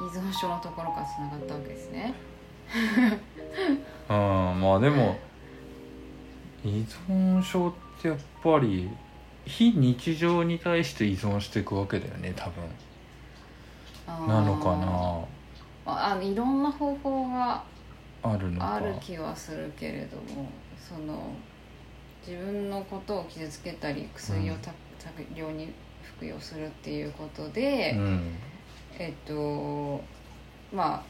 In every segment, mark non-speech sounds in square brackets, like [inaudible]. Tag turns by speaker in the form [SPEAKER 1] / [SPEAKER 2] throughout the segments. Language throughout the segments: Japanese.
[SPEAKER 1] 依存症のところからつながったわけですね
[SPEAKER 2] うんまあでも依存症ってやっぱり非日常に対して依存していくわけだよね多分なのか
[SPEAKER 1] なああのいろんな方法が
[SPEAKER 2] なあるのか
[SPEAKER 1] ある気はするけれどもその自分のことを傷つけたり薬をた大量に服用するっていうことで、
[SPEAKER 2] うん
[SPEAKER 1] えっとまあ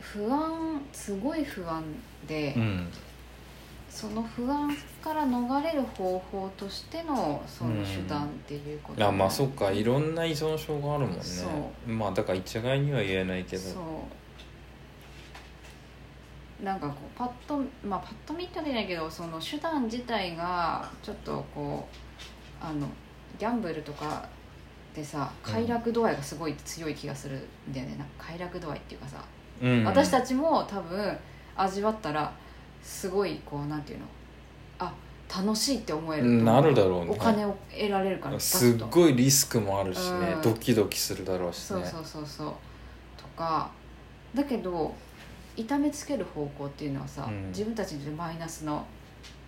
[SPEAKER 1] 不安すごい不安で、
[SPEAKER 2] うん
[SPEAKER 1] その不安から逃れる方法としてのその手段っていうこと
[SPEAKER 2] あまあそっかいろんな依存症があるもんね
[SPEAKER 1] そ
[SPEAKER 2] まあだから一概には言えないけど
[SPEAKER 1] そうなんかこうパッとまあパッと見ってわけじゃないけどその手段自体がちょっとこうあのギャンブルとかでさ快楽度合いがすごい強い気がするんだよね、なんか快楽度合いっていうかさ、
[SPEAKER 2] うん
[SPEAKER 1] 私た
[SPEAKER 2] ち
[SPEAKER 1] ちも多分味わったらすごいこうなんていうのあ楽しいって思えると思う
[SPEAKER 2] なるだろうね
[SPEAKER 1] お金を得られるから
[SPEAKER 2] す
[SPEAKER 1] バ
[SPEAKER 2] っ
[SPEAKER 1] ッと
[SPEAKER 2] ごいリスクもあるしね、
[SPEAKER 1] うん
[SPEAKER 2] ドキドキするだろうし
[SPEAKER 1] そう
[SPEAKER 2] ね
[SPEAKER 1] そうそうそうとかだけど痛めつける方向っていうのはさ、
[SPEAKER 2] うん
[SPEAKER 1] 自分たちにとってマイナスの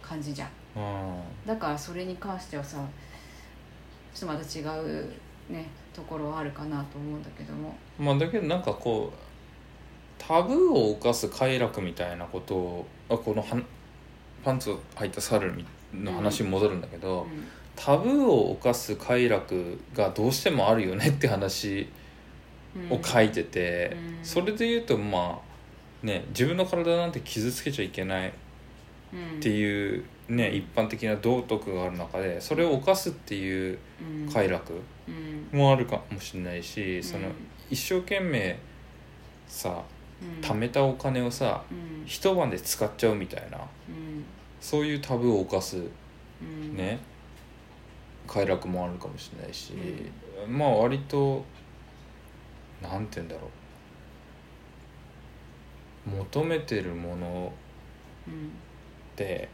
[SPEAKER 1] 感じじゃん
[SPEAKER 2] うん
[SPEAKER 1] だからそれに関してはさちょっとまた違うねところはあるかなと思うんだけども
[SPEAKER 2] まあだけどなんかこうタブーを犯す快楽みたいなことをあこのはんパンツを履いた猿みの話に戻るんだけど、
[SPEAKER 1] う
[SPEAKER 2] タブーを犯す快楽がどうしてもあるよねって話
[SPEAKER 1] んうん
[SPEAKER 2] を書いてて、
[SPEAKER 1] うん
[SPEAKER 2] それで言うとまあね自分の体なんて傷つけちゃいけないっていうね一般的な道徳がある中でそれを犯すっていう
[SPEAKER 1] うん
[SPEAKER 2] 快楽
[SPEAKER 1] うん
[SPEAKER 2] もあるかもしれないし、そうの
[SPEAKER 1] ん
[SPEAKER 2] 一生懸命さ
[SPEAKER 1] うん
[SPEAKER 2] 貯めたお金をさ
[SPEAKER 1] うん
[SPEAKER 2] 一晩で使っちゃうみたいな
[SPEAKER 1] うん
[SPEAKER 2] そういうタブーを犯す
[SPEAKER 1] うん
[SPEAKER 2] ね、快楽もあるかもしれないし、まあ割となんて言うんだろう求めてるもの
[SPEAKER 1] うん
[SPEAKER 2] で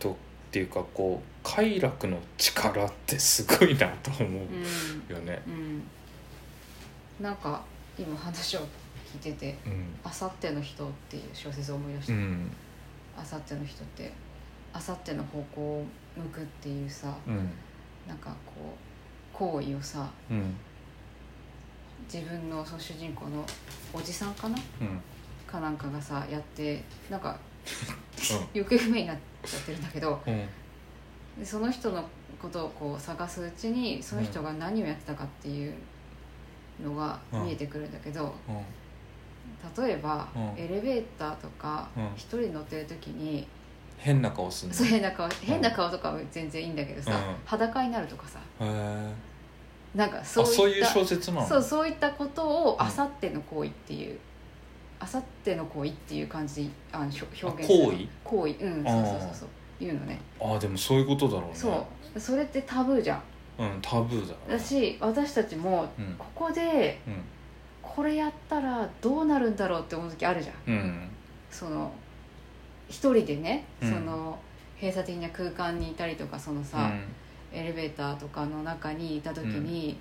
[SPEAKER 2] とっていうかこう快楽の力ってすごいなと
[SPEAKER 1] う
[SPEAKER 2] 思
[SPEAKER 1] ん
[SPEAKER 2] うよね。
[SPEAKER 1] うんなんか今話を聞いてて
[SPEAKER 2] うん
[SPEAKER 1] 「あさっての人」っていう小説を思い出し
[SPEAKER 2] う
[SPEAKER 1] た
[SPEAKER 2] ん
[SPEAKER 1] あさっての人ってあさっての方向を向くっていうさ
[SPEAKER 2] うん
[SPEAKER 1] なんかこう行為をさ
[SPEAKER 2] うん
[SPEAKER 1] 自分のその主人公のおじさんかな
[SPEAKER 2] うん
[SPEAKER 1] かなんかがさやってなんか行方不明になっちゃってるんだけど
[SPEAKER 2] うん
[SPEAKER 1] でその人のことをこう探すうちにその人が何をやってたかっていうのが見えてくるんだけど、 [laughs]
[SPEAKER 2] うん
[SPEAKER 1] 例えば、
[SPEAKER 2] うん
[SPEAKER 1] エレベーターとか
[SPEAKER 2] うん
[SPEAKER 1] 一、人乗ってる時に
[SPEAKER 2] 変な顔すんの
[SPEAKER 1] そう変な顔変な顔とかは全然いいんだけどさ、
[SPEAKER 2] うん
[SPEAKER 1] 裸になるとかさ
[SPEAKER 2] へえ
[SPEAKER 1] なんか
[SPEAKER 2] あそ
[SPEAKER 1] そうういっ
[SPEAKER 2] いう
[SPEAKER 1] た
[SPEAKER 2] 小説なの
[SPEAKER 1] そうそういったことを
[SPEAKER 2] うん
[SPEAKER 1] あさっての行為っていうあさっての行為っていう感じであのひょ表現
[SPEAKER 2] あ
[SPEAKER 1] する
[SPEAKER 2] 行為
[SPEAKER 1] 行為うん
[SPEAKER 2] あ
[SPEAKER 1] そう
[SPEAKER 2] ー
[SPEAKER 1] そうそうそう言うのね
[SPEAKER 2] あでもそういうことだろうね
[SPEAKER 1] そうそれってタブーじゃん
[SPEAKER 2] うんタブーだ
[SPEAKER 1] だし私たちも
[SPEAKER 2] うん
[SPEAKER 1] ここで
[SPEAKER 2] うん
[SPEAKER 1] これやったらどうなるんだろうって思う時あるじゃん
[SPEAKER 2] うん
[SPEAKER 1] その一人でね、
[SPEAKER 2] うん
[SPEAKER 1] その閉鎖的な空間にいたりとかそのさ、エレベーターとかの中にいた時に、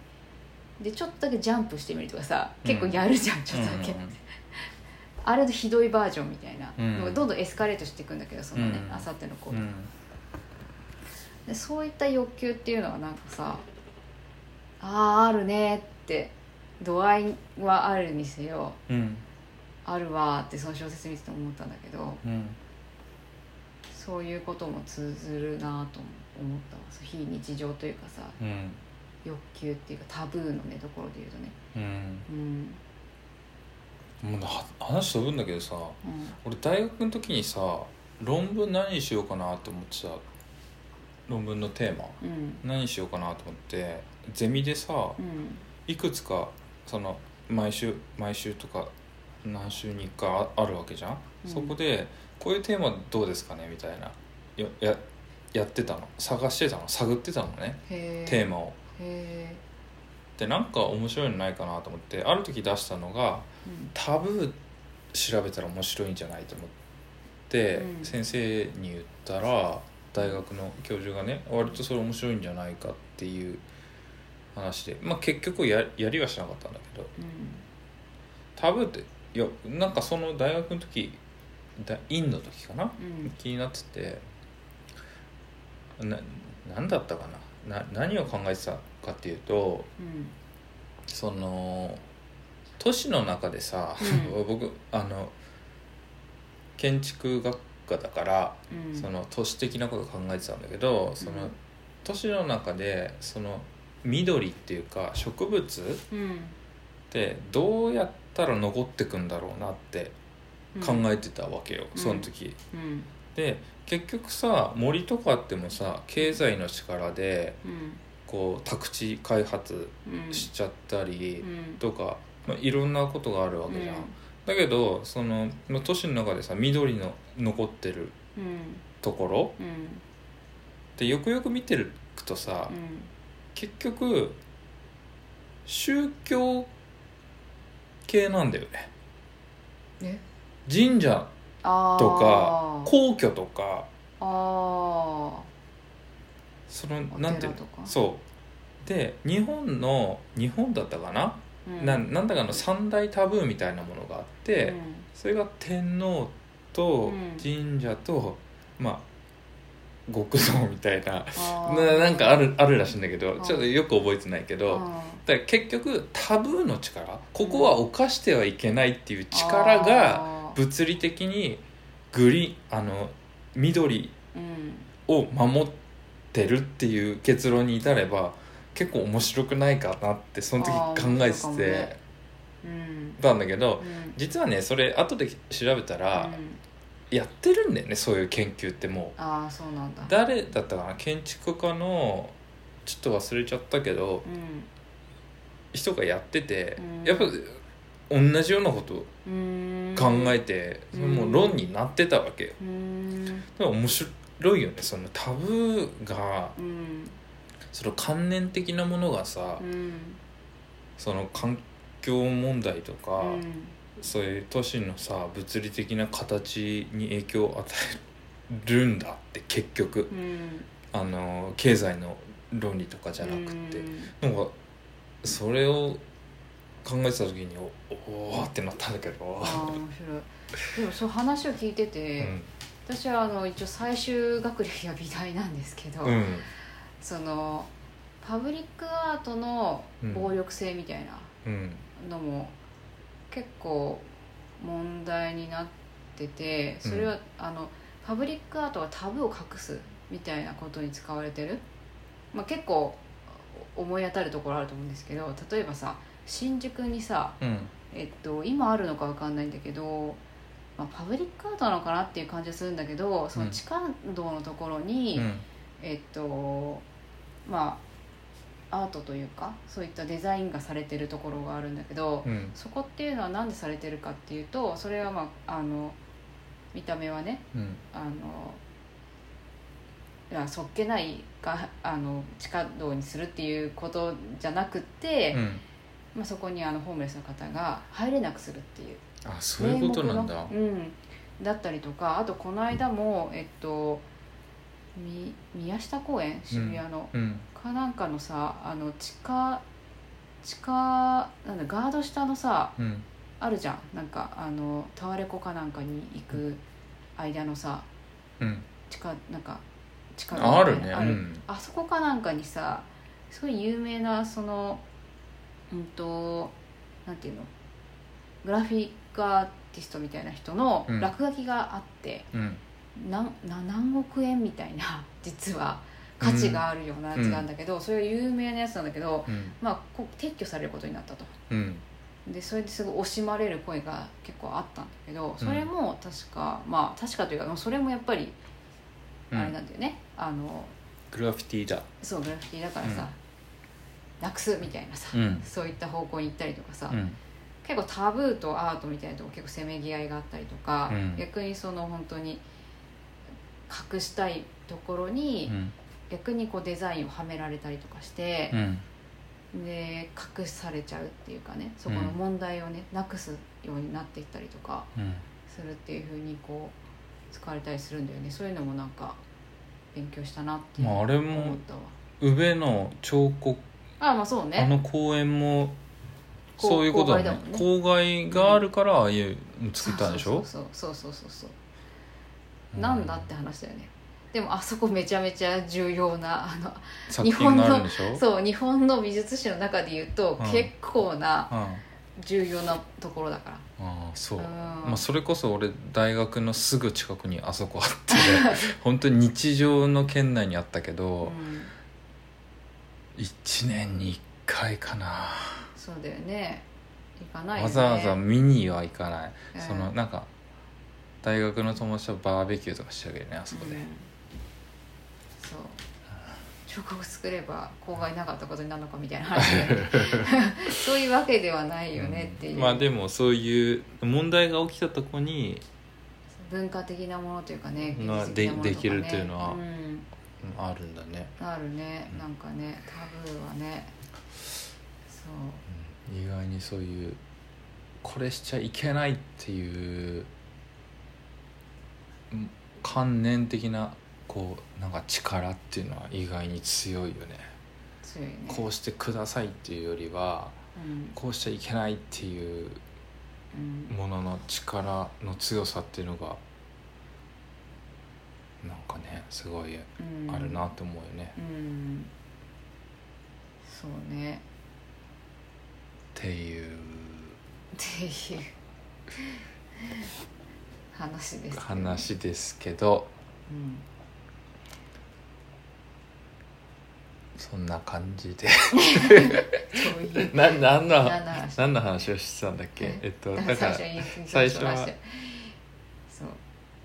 [SPEAKER 1] でちょっとだけジャンプしてみるとかさ結構やるじゃん、ちょっとだけ、あれのひどいバージョンみたいな、
[SPEAKER 2] うん
[SPEAKER 1] のがどんどんエスカレートしていくんだけどそのね
[SPEAKER 2] うん
[SPEAKER 1] あさっての子、
[SPEAKER 2] うんうん
[SPEAKER 1] でそういった欲求っていうのはなんかさあーあるねって度合いはあるにせよ
[SPEAKER 2] うん
[SPEAKER 1] あるわーってその小説見てて思ったんだけど、
[SPEAKER 2] うん
[SPEAKER 1] そういうことも通ずるなと思ったわそう非日常というかさ
[SPEAKER 2] うん
[SPEAKER 1] 欲求っていうかタブーのねところで言うとね
[SPEAKER 2] うん
[SPEAKER 1] うん
[SPEAKER 2] もうな話飛ぶんだけどさ
[SPEAKER 1] うん
[SPEAKER 2] 俺大学の時にさ論文何にしようかなと思ってた論文のテーマ
[SPEAKER 1] うん
[SPEAKER 2] 何にしようかなと思ってゼミでさ
[SPEAKER 1] うん
[SPEAKER 2] いくつかその毎週毎週とか何週に1回ああるわけじゃん、
[SPEAKER 1] うん
[SPEAKER 2] そこでこういうテーマどうですかねみたいなよややってたの探してたの探ってたのね
[SPEAKER 1] へえ
[SPEAKER 2] テー
[SPEAKER 1] マ
[SPEAKER 2] マを
[SPEAKER 1] へえ
[SPEAKER 2] でなんか面白いのないかなと思ってある時出したのが
[SPEAKER 1] うん
[SPEAKER 2] タブー調べたら面白いんじゃないと思って、
[SPEAKER 1] うん
[SPEAKER 2] 先生に言ったら大学の教授がね割とそれ面白いんじゃないかっていう話でまあ結局ややりはしなかったんだけど
[SPEAKER 1] うん
[SPEAKER 2] タブーっていやなんかその大学の時だ院の時かな
[SPEAKER 1] うん
[SPEAKER 2] 気になっててな何だったかなな何を考えてたかっていうと
[SPEAKER 1] うん
[SPEAKER 2] その都市の中でさ、
[SPEAKER 1] う
[SPEAKER 2] 僕あの建築学科だから、
[SPEAKER 1] うん
[SPEAKER 2] その都市的なこと考えてたんだけどその、
[SPEAKER 1] うん
[SPEAKER 2] 都市の中でその緑っていうか植物っ
[SPEAKER 1] うん
[SPEAKER 2] てどうやったら残ってくんだろうなって
[SPEAKER 1] うん
[SPEAKER 2] 考えてたわけよ、
[SPEAKER 1] うん
[SPEAKER 2] その時。
[SPEAKER 1] うん
[SPEAKER 2] で結局さ森とかってもさ経済の力で
[SPEAKER 1] うん
[SPEAKER 2] こう宅地開発
[SPEAKER 1] うん
[SPEAKER 2] しちゃったり
[SPEAKER 1] うん
[SPEAKER 2] とか、まあ、いろんなことがあるわけじゃん、
[SPEAKER 1] うん
[SPEAKER 2] だけどそのまあ都市の中でさ緑の残ってる
[SPEAKER 1] うん
[SPEAKER 2] ところ
[SPEAKER 1] うん
[SPEAKER 2] でよくよく見てるとさ、
[SPEAKER 1] うん
[SPEAKER 2] 結局宗教系なんだよね
[SPEAKER 1] え
[SPEAKER 2] 神社
[SPEAKER 1] あー
[SPEAKER 2] とか皇居とか
[SPEAKER 1] あ
[SPEAKER 2] その
[SPEAKER 1] ー
[SPEAKER 2] なんてい
[SPEAKER 1] お
[SPEAKER 2] う
[SPEAKER 1] 寺
[SPEAKER 2] の
[SPEAKER 1] とか
[SPEAKER 2] そうで日本の日本だったかな、
[SPEAKER 1] うん
[SPEAKER 2] ななんだかの三大タブーみたいなものがあって、それが天皇
[SPEAKER 1] う
[SPEAKER 2] と
[SPEAKER 1] ん
[SPEAKER 2] 神社と、まあ極道みたいな
[SPEAKER 1] うん
[SPEAKER 2] ななんかあるあるらしいんだけど
[SPEAKER 1] ん
[SPEAKER 2] ちょっとよく覚えてないけ
[SPEAKER 1] あ
[SPEAKER 2] ど、
[SPEAKER 1] ー
[SPEAKER 2] だから結局タブーの力ここは犯してはいけないっていう力が
[SPEAKER 1] あー
[SPEAKER 2] 物理的にグリーンあの緑
[SPEAKER 1] うん
[SPEAKER 2] を守ってるっていう結論に至れば結構面白くないかなってその時
[SPEAKER 1] あー
[SPEAKER 2] 考え
[SPEAKER 1] 面白いかも
[SPEAKER 2] て
[SPEAKER 1] ねうん
[SPEAKER 2] たんだけど
[SPEAKER 1] うん
[SPEAKER 2] 実はねそれ後で調べたら
[SPEAKER 1] うん
[SPEAKER 2] やってるんだよねそういう研究ってもう
[SPEAKER 1] ああそうなんだ
[SPEAKER 2] 誰だったかな建築家のちょっと忘れちゃったけ
[SPEAKER 1] う
[SPEAKER 2] ど
[SPEAKER 1] ん
[SPEAKER 2] 人がやってて
[SPEAKER 1] うん
[SPEAKER 2] やっぱ同じようなことを
[SPEAKER 1] うーん
[SPEAKER 2] 考えてそれもう論になってたわけよ
[SPEAKER 1] うーん
[SPEAKER 2] だから面白いよねそのタブーが
[SPEAKER 1] うん
[SPEAKER 2] その観念的なものがさ、
[SPEAKER 1] うん
[SPEAKER 2] その環境問題とか、
[SPEAKER 1] うん
[SPEAKER 2] そういう都市のさ物理的な形に影響を与えるんだって結局
[SPEAKER 1] うん
[SPEAKER 2] あの経済の論理とかじゃなくて、
[SPEAKER 1] うん
[SPEAKER 2] なんかそれを考えてた時におおーってなったんだけど
[SPEAKER 1] あ、あ面白いでもそう話を聞いてて、私はあの一応最終学歴は美大なんですけど、
[SPEAKER 2] うん、うん、
[SPEAKER 1] そのパブリックアートの暴力性みたいな
[SPEAKER 2] うん、
[SPEAKER 1] のも結構問題になっててそれは、あのパブリックアートはタブーを隠すみたいなことに使われてる、まあ、結構思い当たるところあると思うんですけど例えばさ新宿にさ、
[SPEAKER 2] うん、
[SPEAKER 1] えっと、今あるのかわかんないんだけど、まあ、パブリックアートなのかなっていう感じがするんだけどその地下道のところに、
[SPEAKER 2] うん、
[SPEAKER 1] えっとまあアートというかそういったデザインがされてるところがあるんだけど、
[SPEAKER 2] うん、
[SPEAKER 1] そこっていうのは何でされてるかっていうとそれはまああの見た目はね
[SPEAKER 2] うん、
[SPEAKER 1] あのいやそっけないがあの地下道にするっていうことじゃなくて、
[SPEAKER 2] うん、
[SPEAKER 1] まあ、そこにあのホームレスの方が入れなくするっていう
[SPEAKER 2] あ、そういうことなんだ。
[SPEAKER 1] 名目のうん、だったりとかあとこの間も、えっと、み宮下公園渋谷の、
[SPEAKER 2] うん、
[SPEAKER 1] かなんかのさあの地下地下なんだガード下のさ
[SPEAKER 2] うん、
[SPEAKER 1] あるじゃんなんかあのタワレコかなんかに行く間のさ
[SPEAKER 2] うん、
[SPEAKER 1] 地下なんか地下
[SPEAKER 2] ああるね。
[SPEAKER 1] あ
[SPEAKER 2] う
[SPEAKER 1] る
[SPEAKER 2] ん、
[SPEAKER 1] あそこかなんかにさすごい有名なそのうんとなんていうのグラフィックアーティストみたいな人の
[SPEAKER 2] うん
[SPEAKER 1] 落書きがあって、
[SPEAKER 2] うん、
[SPEAKER 1] なんな何億円みたいな [laughs] 実は価値があるようなやつなんだけど、それは有名なやつなんだけど、
[SPEAKER 2] うん、
[SPEAKER 1] まあ、こう撤去されることになったと
[SPEAKER 2] うん、
[SPEAKER 1] でそれですごい惜しまれる声が結構あったんだけどそれも確か、まあ確かというかそれもやっぱり
[SPEAKER 2] う
[SPEAKER 1] あれ
[SPEAKER 2] ん
[SPEAKER 1] な。んだよね、あの
[SPEAKER 2] グラフィティだ。
[SPEAKER 1] そうグラフィティだからさ、なくすみたいなさ、
[SPEAKER 2] うん
[SPEAKER 1] そういった方向に行ったりとかさ、
[SPEAKER 2] うん。
[SPEAKER 1] 結構タブーとアートみたいなとこ結構せめぎ合いがあったりとか、
[SPEAKER 2] うん
[SPEAKER 1] 逆にその本当に隠したいところに、
[SPEAKER 2] うん
[SPEAKER 1] 逆にこうデザインをはめられたりとかして
[SPEAKER 2] う、ん
[SPEAKER 1] で隠されちゃうっていうかねそこの問題をね、なくすようになっていったりとか
[SPEAKER 2] うん
[SPEAKER 1] するっていうふうにこう使われたりするんだよねそういうのもなんか勉強したなっていう
[SPEAKER 2] まああれも
[SPEAKER 1] 思ったわ
[SPEAKER 2] 宇部の彫刻
[SPEAKER 1] ああまあそうね
[SPEAKER 2] あの公園も
[SPEAKER 1] こ
[SPEAKER 2] そういうことだね
[SPEAKER 1] 公害だもんね
[SPEAKER 2] 公害があるからああいうの作ったんでしょ
[SPEAKER 1] そうそうそうそうそうそうなんだって話だよねでもあそこめちゃめちゃ重要なあの
[SPEAKER 2] 作品があるんでしょ
[SPEAKER 1] そう日本の美術史の中で言うと、
[SPEAKER 2] うん
[SPEAKER 1] 結構な
[SPEAKER 2] うん、あ
[SPEAKER 1] 重要なところだから
[SPEAKER 2] あそう、
[SPEAKER 1] うん
[SPEAKER 2] まあ、それこそ俺大学のすぐ近くにあそこあって
[SPEAKER 1] [laughs]
[SPEAKER 2] 本当に日常の圏内にあったけ
[SPEAKER 1] う
[SPEAKER 2] ど、
[SPEAKER 1] ん
[SPEAKER 2] 一1年に1回かな、
[SPEAKER 1] そうだよね行かないよ
[SPEAKER 2] わ
[SPEAKER 1] ね
[SPEAKER 2] ざわざ見には行かない、
[SPEAKER 1] うん
[SPEAKER 2] そのなんか大学の友達とバーベキューとかしてあげるねあそこで、
[SPEAKER 1] うんそう彫刻作れば公害なかったことになるのかみたいな話だよねそういうわけではないよねっていう、
[SPEAKER 2] まあでもそういう問題が起きたとこに
[SPEAKER 1] 文化的なものというかね
[SPEAKER 2] まあ
[SPEAKER 1] 技術的なものとかね
[SPEAKER 2] でできるっていうのは
[SPEAKER 1] ん
[SPEAKER 2] うんあるんだね、
[SPEAKER 1] あるね
[SPEAKER 2] うん
[SPEAKER 1] なんかねタブーはねそう
[SPEAKER 2] うん意外にそういうこれしちゃいけないっていううん観念的なこうなんか力っていうのは意外に強いよね
[SPEAKER 1] 強いね
[SPEAKER 2] こうしてくださいっていうよりは
[SPEAKER 1] うん
[SPEAKER 2] こうしちゃいけないっていう
[SPEAKER 1] うん
[SPEAKER 2] ものの力の強さっていうのがなんかねすごい
[SPEAKER 1] うん
[SPEAKER 2] あるなって思うよね、
[SPEAKER 1] う
[SPEAKER 2] っ
[SPEAKER 1] んそうね
[SPEAKER 2] ていう
[SPEAKER 1] っていう話ですけどね
[SPEAKER 2] 話ですけど
[SPEAKER 1] うん
[SPEAKER 2] そんな感じで [laughs]
[SPEAKER 1] そういう
[SPEAKER 2] な
[SPEAKER 1] 何
[SPEAKER 2] 何の
[SPEAKER 1] の話
[SPEAKER 2] 何の話をしてたんだっけえっとだか
[SPEAKER 1] 最
[SPEAKER 2] ら
[SPEAKER 1] 初に言い
[SPEAKER 2] 最初は
[SPEAKER 1] そう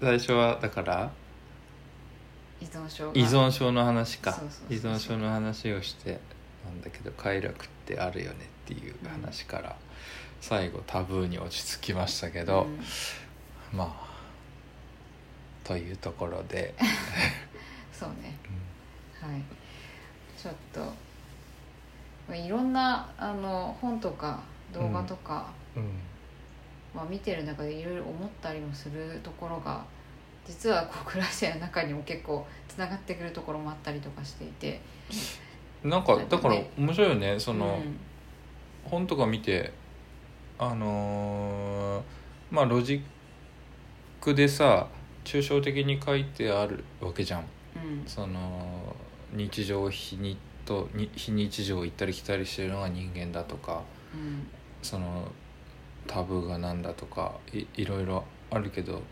[SPEAKER 2] 最初はだから
[SPEAKER 1] 依存症が
[SPEAKER 2] 依存症の話か
[SPEAKER 1] そうそうそう
[SPEAKER 2] 依存症の話をしてなんだけど快楽ってあるよねっていう話から最後タブーに落ち着きましたけど。
[SPEAKER 1] うん
[SPEAKER 2] まあというところで
[SPEAKER 1] [laughs] そうねはいちょっとまあいろんなあの本とか動画とか、
[SPEAKER 2] うん
[SPEAKER 1] まあ、見てる中でいろいろ思ったりもするところが実はこう暮らしの中にも結構つながってくるところもあったりとかしていて
[SPEAKER 2] なんか
[SPEAKER 1] なんか
[SPEAKER 2] だから
[SPEAKER 1] ね
[SPEAKER 2] 面白いよねその、
[SPEAKER 1] うん
[SPEAKER 2] 本とか見てあのーまあロジックでさ抽象的に書いてあるわけじゃん
[SPEAKER 1] うん
[SPEAKER 2] その日常非日とに非日常を行ったり来たりしてるのが人間だとか
[SPEAKER 1] うん
[SPEAKER 2] そのタブーがなんだとかいいろいろあるけど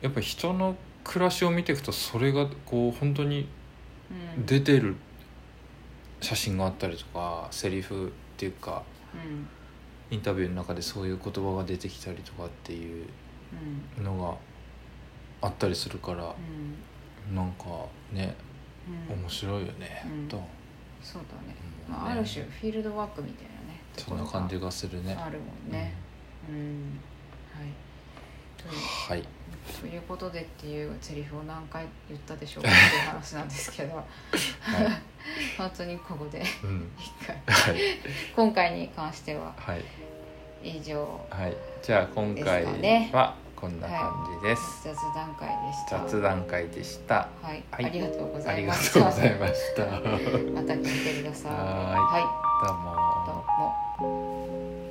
[SPEAKER 2] やっぱ人の暮らしを見ていくとそれがこう本当に
[SPEAKER 1] うん
[SPEAKER 2] 出てる写真があったりとかセリフっていうか
[SPEAKER 1] うん
[SPEAKER 2] インタビューの中でそういう言葉が出てきたりとかっていう
[SPEAKER 1] うん
[SPEAKER 2] のがあったりするから
[SPEAKER 1] うん
[SPEAKER 2] なんかね
[SPEAKER 1] うん
[SPEAKER 2] 面白いよね、
[SPEAKER 1] うん
[SPEAKER 2] と、
[SPEAKER 1] そうだね、
[SPEAKER 2] うん
[SPEAKER 1] まあ、ある種フィールドワークみたいなね
[SPEAKER 2] そんな感じがするね
[SPEAKER 1] あるもんねうんはいと
[SPEAKER 2] うん
[SPEAKER 1] いう
[SPEAKER 2] はい
[SPEAKER 1] ということでっていうセリフを何回言ったでしょうかっていう話なんですけ
[SPEAKER 2] [laughs]
[SPEAKER 1] ど
[SPEAKER 2] はい、
[SPEAKER 1] 本当にここで
[SPEAKER 2] うん、
[SPEAKER 1] 一回
[SPEAKER 2] はい
[SPEAKER 1] 今回に関しては
[SPEAKER 2] はい
[SPEAKER 1] 以上
[SPEAKER 2] はい、じゃあ今回
[SPEAKER 1] ですかね
[SPEAKER 2] はこんな感じです。
[SPEAKER 1] 雑談会でした
[SPEAKER 2] 雑談会でした。
[SPEAKER 1] はい、
[SPEAKER 2] はい
[SPEAKER 1] ありがとうご
[SPEAKER 2] あ
[SPEAKER 1] ざい
[SPEAKER 2] り
[SPEAKER 1] ま
[SPEAKER 2] が
[SPEAKER 1] し
[SPEAKER 2] とう
[SPEAKER 1] た
[SPEAKER 2] ございま
[SPEAKER 1] [laughs]
[SPEAKER 2] した。どう
[SPEAKER 1] また聞いてください
[SPEAKER 2] はーい
[SPEAKER 1] は
[SPEAKER 2] も
[SPEAKER 1] いどうも